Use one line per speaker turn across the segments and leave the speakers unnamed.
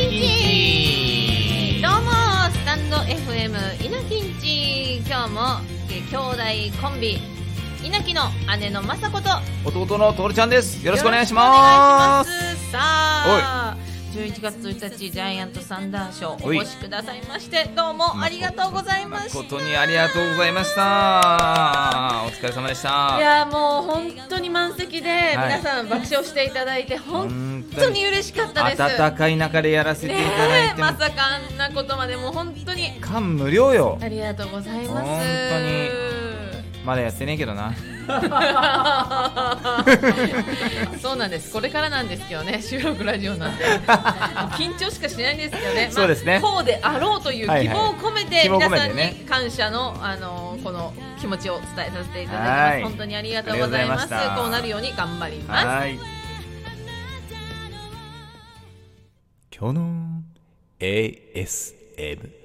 きんち
どうもスタンド FM 稲きんち今日もえー兄弟コンビ稲きの姉の雅子とよ
弟のとるちゃんですよろしくお願いし
ろ
ま
し
す
くお願いしますさあ11月1日ジャイアントサンダーショー
おい
お越しくださいましてどうもありがとうございました
誠にありがとうございましたお疲れ様でした
いやもう本当に満席で
い
皆さん爆笑していただいて本当に嬉しかったです
暖かい中でやらせていただい
ねえ
て、
まさかあんなことまでもう本当に
感無量よ
ありがとうございます
本まだやってねえけどな
そうなんですこれからなんですけどね収録ラジオ なんで緊張しかしないんですけどね、
そうですね
こうであろうという
はい
希
はい
望を込めて
希望を込
皆
め
さ
てね
んに感謝の、あのこの気持ちを伝えさせていただきま
は
す
い
本当にありがとうございます
ありがとうございました
こうなるように頑張ります
はい
今日の ASMR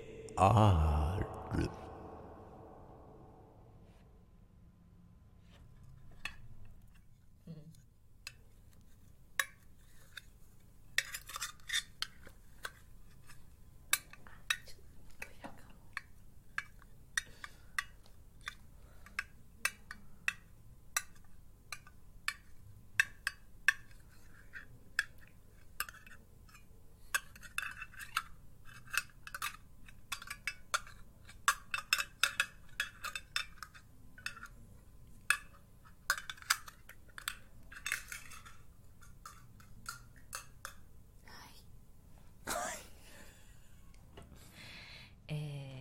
えー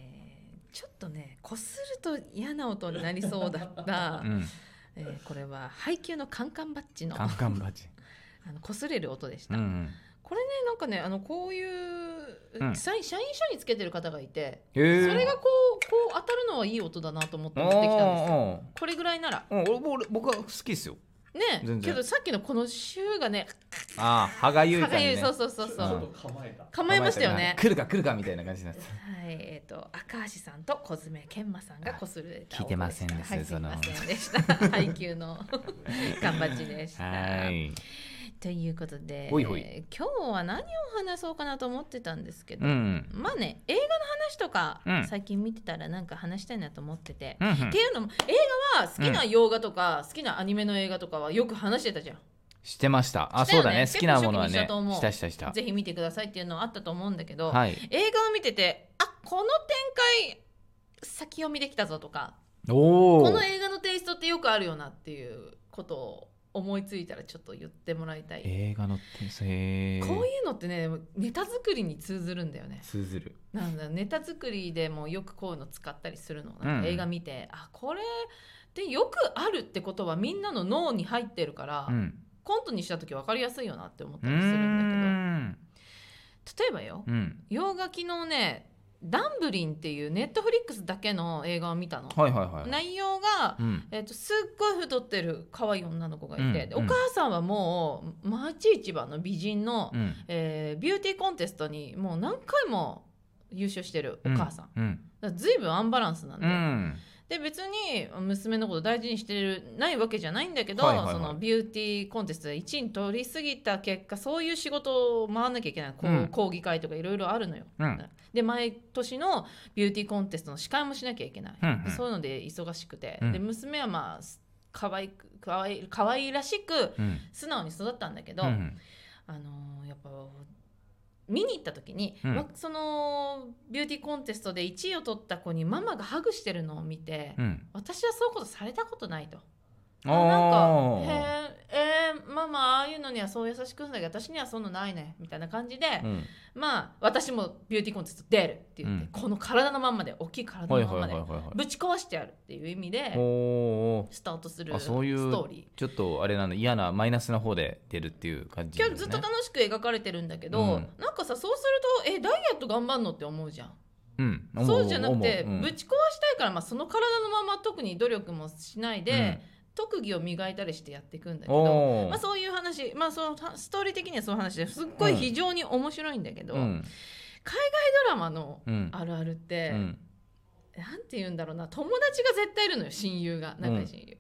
ちょっとねこすると嫌な音になりそうだった、
うん
えーこれは配給のカンカンバッジの
カンカンバチ
あの擦れる音でし
う
た、
ん
これねなんかねあのこういう、
うん
社員社員証につけてる方がいて、
へえ
それがこうこう当たるのはいい音だなと思って持ってきたんですよこれぐらいなら
おーおーうん俺俺僕は好きですよ
ね
全然
けどさっきのこの臭がね
ああ歯がゆい
歯
感じ
がゆい
ね
そうそうそうそう、
うん
構えましたよね
来るか来るかみたいな感じになってた
はいえっ、と赤橋さんと小爪健馬さんがこすれた
聞いてませんで
ね
す
はい、すい
その
ませんでした 配給の頑張ちでした
はい
ということで
ほいほい
えー今日は何を話そうかなと思ってたんですけど、
うん
まあね映画の話とか、
うん
最近見てたらなんか話したいなと思ってて、
うんう
っ
ん
ていうのも映画は好きな洋画とか、好きなアニメの映画とかはよく話してたじゃん、
してましたあ
した
そ
よね
うだね好きなものは
結構初期にした
ね
と思う
したしたした
ぜひ見てくださいっていうのはあったと思うんだけど、
はい
映画を見ててあこの展開先読みできたぞとか
お
こ
お
の映画のテイストってよくあるよなっていうことを思いついたらちょっと言ってもらいたい、
映画の天才
こういうのってねネタ作りに通ずるんだよね
通ずる
なんだネタ作りでもよくこういうの使ったりするのなんか映画見て、あこれでよくあるってことはみんなの脳に入ってるから、
うん
コントにした時分かりやすいよなって思っ
う
た
ー
りするんだ
ん
けど例えばよ
うん
洋画昨日ね「ダンブリン」っていうネットフリックスだけの映画を見たの、
はいはいはい
内容が
う、ん
えっとすっごい太ってる可愛い女の子がいて、
うん
で
う
お
ん
母さんはもう町市場の美人の、
うん
えービューティーコンテストにもう何回も優勝してるお母さん、
うん
だから随分アンバランスなん
う
で,、で
ん
別に娘のこと大事にしてるないわけじゃないんだけど、
はいはいはい
そのビューティーコンテストで1位に取りすぎた結果そういう仕事を回らなきゃいけないこう、
うん
講義会とかいろいろあるのよ。
うん
で毎年のビューティーコンテストの司会もしなきゃいけない、
うんうん
そういうので忙しくて、
うん
で娘はまあかわいくかわい可愛いらしく
うん
素直に育ったんだけど、
うん
あのーやっぱ見に行った時に、
うん
わそのビューティーコンテストで1位を取った子にママがハグしてるのを見て、
うん
私はそういうことされたことないと。
お
なん
ー
か「へええーママああいうのにはそう優しくするんだけど私にはそんなのないね」みたいな感じで、
うん
まあ私もビューティーコンテスト出るって言って、
うん
この体のまんまで大きい体
はい
のま
はい
ん
は
ま
い
で
はいは
ぶち壊してやるっていう意味
いお
で
お
スタートする
あ
スト
そういう
ーリー。
ちょっとあれなんだ嫌なマイナスな方で出るっていう感じ
今
なん
日
だ
ず
よ
っ
ね
と楽しく描かれてるんだけど、
うん
なんかさそうするとえダイエット頑張んのって思うじゃん
うん思
そうじゃなくて、
思ううん
ぶち壊したいから、まあ、その体のまま特に努力もしないで、特技を磨いたりしてやっていくんだけど、
おー
まあ、そういう話、まあ、そのストーリー的にはそういう話ですっごい非常に面白いんだけど、
うん
ドラマの
うん
あるあるって、
うん
なんて言うんだろうな友達が絶対いるのよ親友が仲いい親友。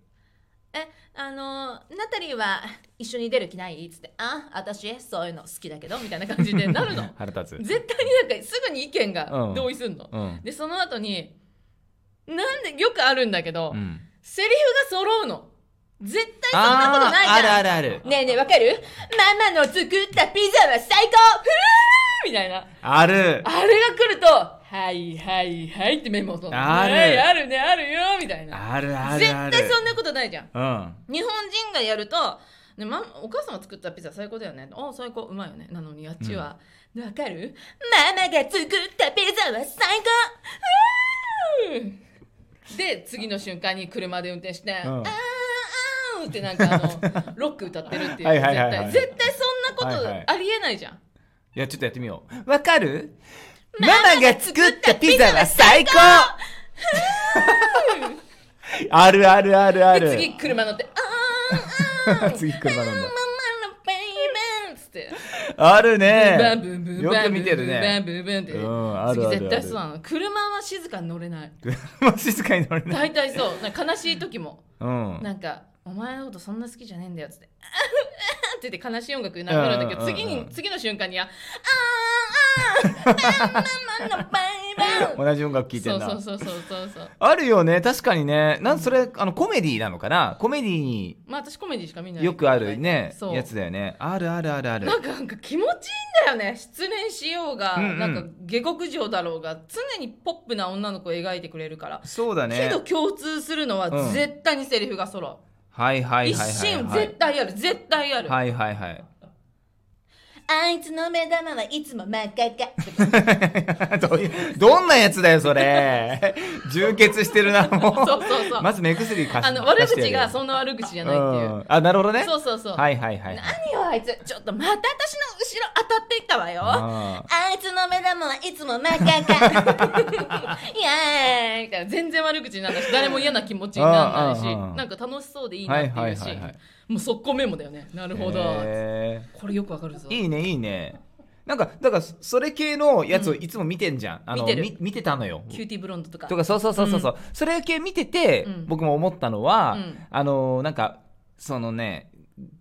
えあのナタリーは一緒に出る気ない?」っつって「あ私そういうの好きだけど」みたいな感じでな るの
腹立つ。
絶対になんかすぐに意見が同意すんの、
うん。
でその後になんでよくあるんだけど、
うん。
セリフが揃うの絶対そんなことないじゃん
あーあるあるある。
ねえねえわかるママの作ったピザは最高ふーみたいな
ある。
あれが来ると「はいはいはい」ってメモを取るの
ある
はいあるねあるよみたいな
あるあ
絶
るある。
対そんなことないじゃん
うん。
日本人がやると、ねま、お母様作ったピザ最高だよねあ最高うまいよねなのにあっちは「わ、かるママが作ったピザは最高うーで次の瞬間に車で運転して「
うん
あーあー」ってなんかあ のロック歌ってるっていう
はい
絶
はいはいは
対
い
絶対そんなこ
はいはい
とありえないじゃん、
いや、ちょっとやってみよう。わかるママが作ったピザは最高 あるあるあるある。
で次車乗って「あーあー
次車なんだ
マ。マのベイベー」っつって。
ある
バ
ね
ンブンブン
よく見てる
バン
ね。
ブンブンって、
うんあるあるある
次絶対そうなの車は静かに乗れない
静かに乗れない。
大体そうなんか悲しい時も
うん。
なんか「お前のことそんな好きじゃねえんだよ」っつって 「あーって言って悲しい音楽流れるんだけ
うん
ど
うんうん
次に次の瞬間には「あーあーマンマンのバイ バン
同じ音楽」聴いて
そ
ん
う
な。
そうそうそうそうそう
あるよね。確かにね。なんそれ、あの、コメディなのかなコメディに
まあ私コメディしか見ない
よくあるね、
そう
やつだよね。あるあるあるある
な。んかなんか気持ちいいんだよね失恋しようが、
うんうん
なんか下克上だろうが常にポップな女の子を描いてくれるから
そうだね。
けど共通するのは
うん
絶対にセリフが揃う、
はいはい
一
はいはい、
心
はい。
絶対ある絶対ある、
はいはいはい。
あいつの目玉はいつも真っ赤っか
どういうどんなやつだよ、それ。 充血してるな、もう。
そうそうそう、
まず目薬貸し
あの悪
貸して
口
や
が
る
そんな悪口じゃないっていう、
んあ、なるほどね。
そうそうそう、
はいはいは
何
い。
よあいつちょっとまた私の後ろ当たっていったわよあ
あ
いつの目玉はいつも真っ赤っ かイエーイみたいな全然悪口にならないし誰も嫌な気持ちにならないし
あーあーあー
なんか楽しそうでいい
ー
な
は
って
い
いうし、
はいはいはい。
もう速攻メモだよねなるほど、
へ
これよくわかるぞ
ーいいね、いいね。なんか、だから、それ系のやつをいつも見てんじゃん。あの
見てる
み見てたのよ。
キューティーブロンドとか
とか、そうそうそうそう。うそれ系見てて、
うん
僕も思ったのは、
うん
あのーなんか、そのね、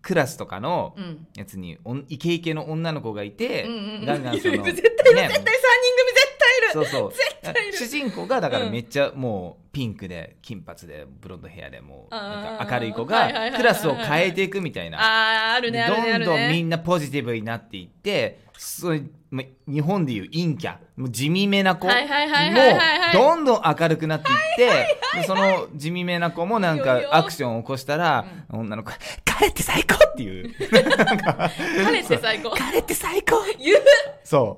クラスとかの
うん
やつに、おんイケイケの女の子がいて、
うんうんうん
ガンガンその、
いるいる絶対いる、
ね
絶対3人組絶対いる
そうそう
対いる
主人公がだから
うん
めっちゃもうピンクで金髪でブロンドヘアでもう
あー
なんか明るい子
はいはいはい
が
はい
クラスを変えていくみたいな
あーあるねあるねあ
どん
る
どんみ
ね
んなポジティブになっていってそういうま日本でいう陰キャもう地味めな子も
はいはいはいはいはいはい
どんどん明るくなっていってでその地味めな子もなん
いいよいい
か
よ
アクションを起こしたら女の子が「彼って最高!」っていう
彼って最高
彼って最高
言う
そ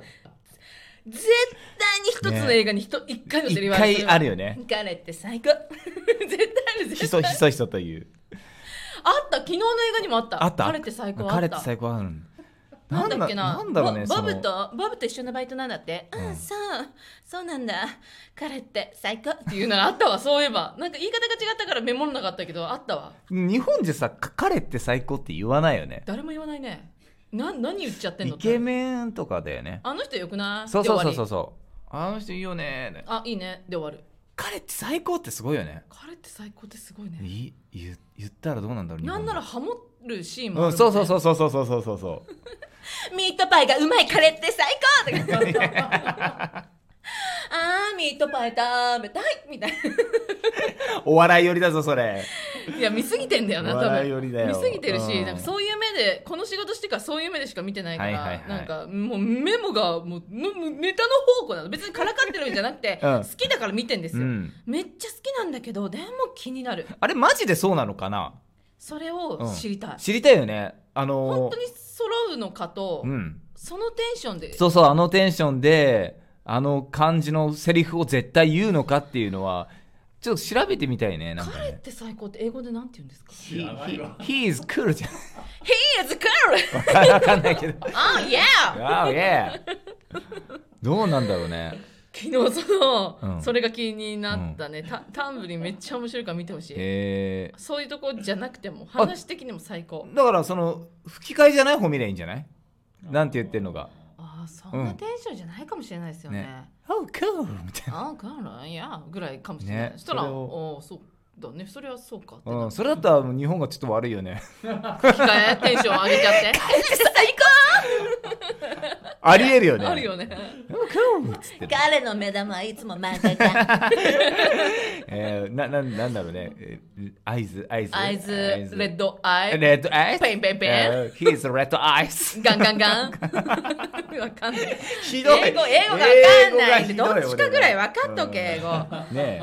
絶対に一つの映画にひと一回
う
のセリ
一
フある
回あるよね
彼って最高 絶対ある
ひ
絶
そ
対
ひそひそという
あった昨日の映画にもあった
あった
彼って最高あ
彼
っ
って
た
最高ある
なんだっけな
なんだろうね
バ
そ
バ
の
ブとバブと一緒のバイトなんだって
ん
うん、そうそうなんだ彼って最高っていうのがあ ったわそういえばなんか言い方が違ったからメモんなかったけどあったわ
日本でさか彼って最高って言わないよね
誰も言わないねな何言っちゃってん
イ
の
ケメンとかだよね
あの人よくない
そうそうそうそう
う
そうあの人いいよねー
あいいねで終わる
彼って最高ってすごいよね
彼って最高ってすごいね
い言言ったらどうなんだろう日
な
本
ん
で
ならハモるシーンもあ
う
るもんね
んそうそうそうそうそうそうそうそうそう
ミートパイがうまいカレーって最高とか あーミートパイ食べたいみたい
お笑い寄りだぞそれ
ないや見すぎてんだよな多分
笑い寄りだよ
見すぎてるし、
うん
なんかそういう目でこの仕事してからそういう目でしか見てないから、
はいはいはい
なんかもうメモがもうのネタの方向なの別にからかってるんじゃなくて、
うん
好きだから見てんです
う
よ、
ん
めっちゃ好きなんだけどでも気になる
あれマジでそうなのかな
それを知りたい、
知りたいよねあのー
本当に揃うのかと、
うん
そのテンションで
そうそうあのテンションであの感じのセリフを絶対言うのかっていうのはちょっと調べてみたいねなんか
彼っ
ね
て最高って英語でなんて言うんですか
He, he, he is cool じゃん
?He is cool!
わかんないけど
oh yeah!
Wow, yeah どうなんだろうね
昨日その、
うん
それが気になったね、タタンブリンめっちゃ面白いから見てほしい
え
そういうとこじゃなくても話的にも最高
ー、だからその吹き替えじゃない方見りゃいいんじゃないなんて言ってるのが
ああそんなテンションじゃないかもしれないですよね
ね Oh cool みたいな
ああからいやぐらいかもしれない、
ね
そしたら
それを
おーそうだねそれはそうかってな
うん、それだったらもう日本がちょっと悪いよね
控えテンション上げちゃって最
ありえるよね
高あるよね
うんっつって
彼の目玉はいつも漫画家
えー、なななんだろうねえー合図合図
アイズレッドアイ
レッドアイズ
ペンペンペン
ン He's red eyes
ガンガンガンわかんない
ひどい
英語英語がわかんないんで
英語
ど
が
っ
ひ
ち
ど
かぐらい
俺は
分かっとけ英語
うんねえ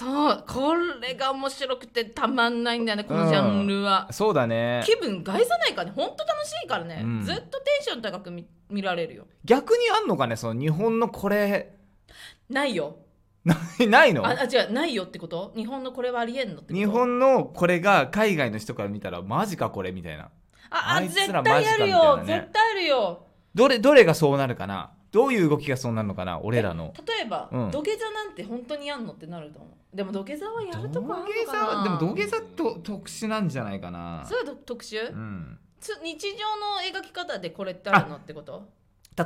そうこれが面白くてたまんないんだよねこのジャンルは、
そうだね
気分害さないからねほんと楽しいからね、
うん
ずっとテンション高く見見られるよ
逆にあんのかねその日本のこれ
ないよ
ないないの
ああ違うないよってこと日本のこれはありえんのってこと
日本のこれが海外の人から見たらマジかこれみたいな
あ
あ
あ
い
絶
つら
対
マジ
あ
か
る
みたい
よ、
なね
絶対あるよ
どれどれがそうなるかなどういう動きがそうなるのかな俺らの
例えば、
うん
土下座なんて本当にやんのってなると思うでも土下座はやるとこあるの
土下
か
座
な
はでも土下座と特殊なんじゃないかな
それはど特集、
うん
つ日常の描き方でこれってあるのってこと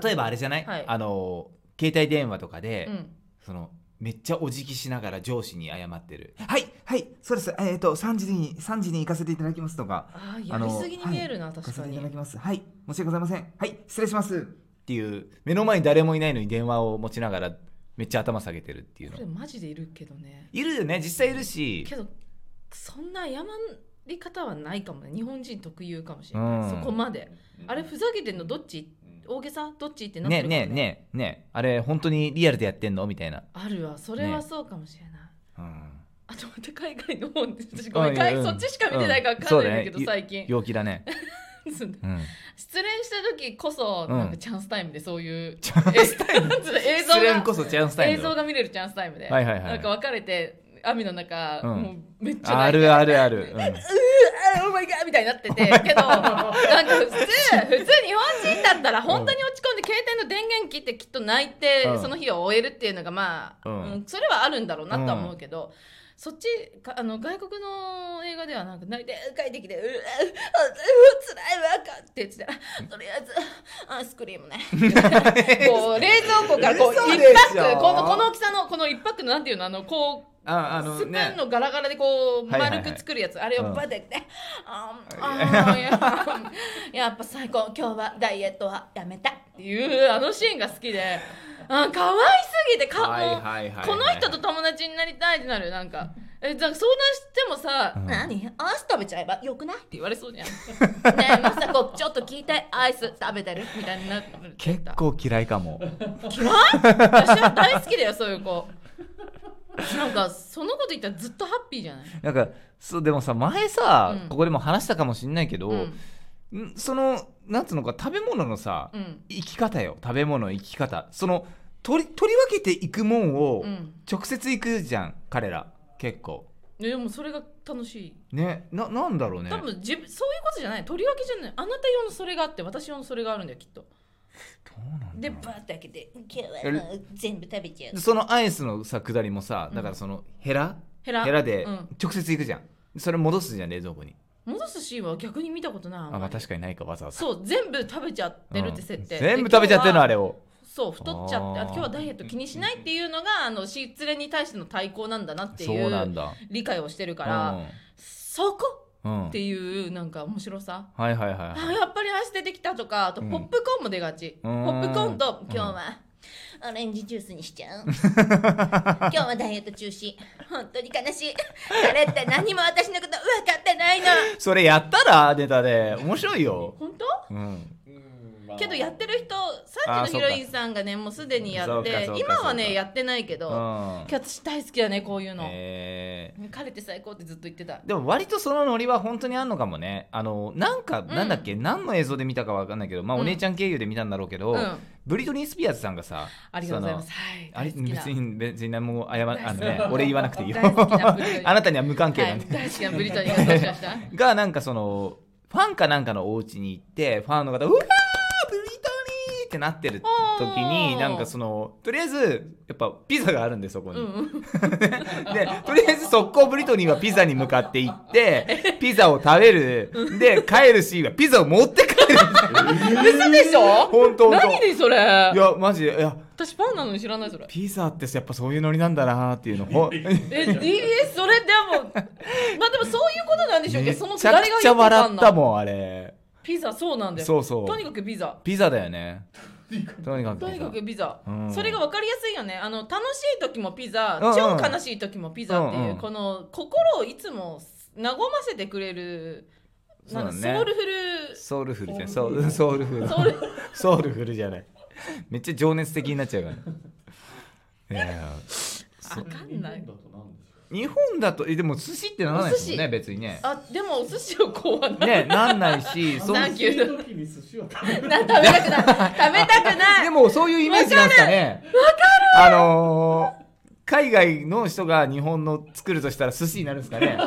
例えばあれじゃない、
はい
あの携帯電話とかで、
うん
そのめっちゃお辞儀しながら上司に謝ってるはいはいそうですえっ、と3時に3時に行かせていただきますとか
ああ
あ
やり
の
すぎに見えるな、
行か
確
せ
か
てい
に
ただきますはい申し訳ございませんはい失礼しますっていう目の前に誰もいないのに電話を持ちながらめっちゃ頭下げてるっていう
こ
の
れマジでいるけどね
いるよね実際いるし
けどそんな謝り方はないかもね日本人特有かもしれない、
うん
そこまであれふざけてんのどっち大げさどっちってなって
ね
る
え
かも
ねえねえねえあれ本当にリアルでやってんのみたいな、
あるわそれはそうかもしれない、
うん、
あとまた海外の方で私ごめん、
うん
海
うん
そっちしか見てないから分かんないんだけど、
うんそうだ
最近
陽気だね、 うん、
失恋した時こそなん
う
か
ん
チャンスタイムでそういう
チャンスタイム
映像
失恋
が
こそチャンスタイム
映像が見れるチャンスタイムで、
はいはいはい
なんか別れて雨の中、
うん
もうめっちゃ
あ
泣いて
るあるある、
あオーマイガーみたいになっててけどなんか普通普通日本人だったら本当に落ち込んで携帯の電源切ってきっと泣いて、
うん
その日を終えるっていうのがまあ、
うん
うんそれはあるんだろうなとは思うけど、そっちかあの外国の映画ではなんか泣いて帰ってきて「ううううつらいわ」かって言ってたらとりあえずアイスクリームね こう冷蔵庫からこう
嘘
一
でしょ
パックこのこの大きさのこの一パックのなんていうのあのこう
うん、ああの
スプーン
ね
のガラガラでこう
はいはいは
丸
い
く作るやつ、あれをバテて、あーあー やっぱ最高今日はダイエットはやめたっていうあのシーンが好き であー可愛すぎてかもう、
はいはいはい
この人と友達になりたいってなるなんかえじゃあ相談してもさ「
うん
何アイス食べちゃえばよくない?」って言われそうじゃんね えまさこちょっと聞いてアイス食べてるみたいになる
結構嫌いかも
嫌い私は大好きだよそういう子なんかそのこと言ったらずっとハッピーじゃない
なんかそうでもさ前さ、
うん
ここでも話したかもしんないけど、
うん
んそのなんつうのか食べ物のさ、
うん
生き方よ食べ物生き方その取り取り分けていくもんを
うん
直接いくじゃん彼ら結構
ねでもそれが楽しい
ねななんだろうね
多分自分そういうことじゃない取り分けじゃないあなた用のそれがあって私用のそれがあるんだよきっとでバーッて開けて今日はもう全部食べちゃう
そのアイスのさ下りもさだからそのヘラ、
ヘラ
ヘラで
うん
直接いくじゃん、それ戻すじゃん冷蔵庫に
戻すシーンは逆に見たことないんま
あ
り
まあ確かにないかわざわざ
そう全部食べちゃってるって設定、
うん全部食べちゃってるのあ
れ
れを
そう太っちゃってあ
あー
今日はダイエット気にしないっていうのがあの失恋に対しての対抗なんだなってい
そうなん
う
だ
理解をしてるから、そこ
うん、うん
っていうなんか面白さ
はいはいは
あ
いはい
やっぱり足出てきたとかあと
うん
ポップコーンも出がち、
うん
ポップコーンと今日はオレンジジュースにしち ゃう今日はダイエット中止本当に悲しい彼って何も私のこと分かってないの
それやったらネタで面白いよ、
本当
うん、
けどやってる人3
あー
時のヒロインさんがねもうすでにやっ
そうか
て
そうか
今は
そう
ね
か
やってないけど
うん
今日私大好きだねこういうの、
えー
彼って最高ってずっと言ってた
でも割とそのノリは本当にあんのかもねあのなんか
ん
なんだっけ、何の映像で見たかわかんないけど、まあ、
うん
お姉ちゃん経由で見たんだろうけど、
うん
ブリトニー・スピアーズさんがさ
ありがとうございます
その
はい
あれ
大好きな
別に別に何も謝らあ
大
のね
好き
俺言わなくていいよ
大好きなブリトニー
あなたには無関係な
は
ん
い
で、
大好きなブリトニーがどうしました
がなんかそのファンかなんかのお家に行ってファンの方が「うわーブリトニー!」ってなってる時
お
に
ー
なんかそのとりあえずやっぱピザがあるんでそこに、
うんうん
でとりあえず速攻ブリトニーはピザに向かって行ってピザを食べるで帰るシーンはピザを持って帰る
嘘でしょ
本当本当
何でそれ
いやマジでいや
私ファンなのに知らないそれ
ピザってやっぱそういうノリなんだなってい うのほ
え DBS それでもまあでもそういうことなんでしょうけ
め
どその
ち
下
ゃ
りが
く
よ
ち
く
ゃ
わか
笑
ん
っ
な
た
い
もんあれ
ピザそうなんだよ
そうそう
とにかくピザ
ピザだよねとにかく
とにかくピザ、
うん
それが分かりやすいよねあの楽しい時もピザ、
うんうん
超悲しい時もピザっていう、
うんうん
この心をいつも和ませてくれるなんか
そうだね
ソウルフ
ソウルフルじゃないソウルソウルフル
ルソウル
ソウルフルじゃないめっちゃ情熱的になっちゃう からいや
あわかんない
日本だとえでも寿司ってならないですもん
お
ね
寿
別にね
あでもお寿司をこうはな
ねなんない しそん
サンキュー
時に寿司を食べ る
な食べたくない食べたくない
でもそういうイメージなんですかねわかるあのー海外の人が日本の作るとしたら寿司になるんですかね よ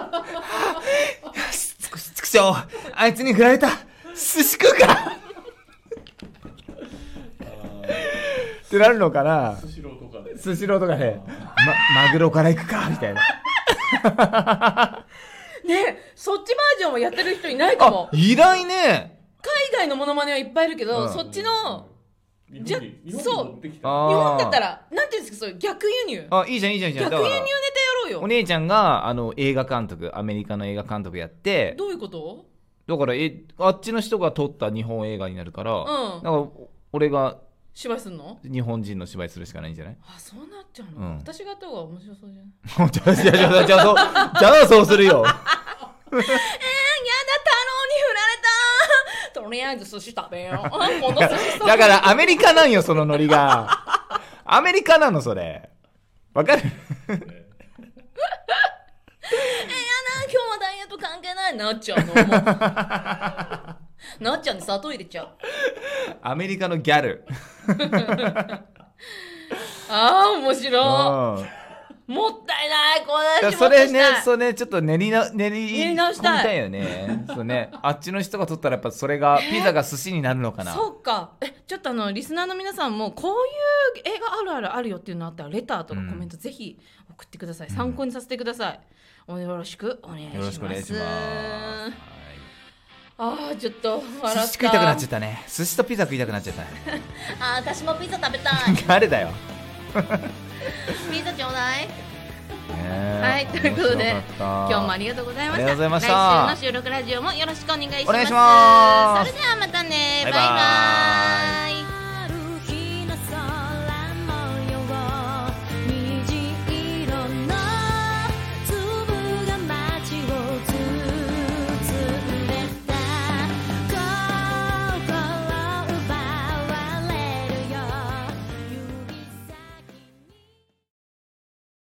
しつくつくしょうあいつに振られた寿司食うかってなるのかな
寿司ローとかで
スシローとかで、ま、マグロから行くかみたいな
ねそっちバージョンをやってる人いないか
あ
も
いないね
海外のモノマネはいっぱいいるけど、
うん
そっちのじゃそう
あ
日本だったらなんていうんですかそういう逆輸入
あいいじゃんいいじゃんいいじゃん
逆輸
だか
入
ら
ネタやろう
お
よ
姉ちゃんがあの映画監督アメリカの映画監督やって
どういうこと
だからえあっちの人が撮った日本映画になるから、
うん
だからお俺が
芝居すんの
日本人の芝居するしかないんじゃない
あそうなっちゃうの、
うん
私がやった方が面白そうじゃない
じゃあじゃあじゃあじゃあそう じゃあそうするよ
やだ太郎に振られたとりあえず寿司食べよう あこの寿司
だからアメリカなんよそのノリがアメリカなのそれわかる
今日はダイエット関係ないなっちゃうのも うなっちゃんに砂糖入れちゃう
アメリカのギャル
あー面白
うん
いもったいないこ
だか
の話
らそれね
もっとしたい、
それちょっと練りな練り
練り直したい
込みたいよね。そうね、あっちの人が取ったらやっぱそれがピザが寿司になるのかな。
そうかえちょっとあのリスナーの皆さんもこういう映画あるあるあるよっていうのあったらレターとかコメントぜひ送ってください、参考にさせてください、およろしくお願いします
よろしくお願いします。はい
あーちょっと笑った
寿司食いたくなっちゃったね。寿司とピザ食いたくなっちゃったね。
あー私もピザ食べた い
誰だよ。
ピザちょうだいは
はい
ということで今日もあ
り
りがとうございま
あ
し
り
た
がとうございまし
来
た
週の収録ラジオもよろしくお願いします
お願いします
それではまたね
バイバイ
バイバイ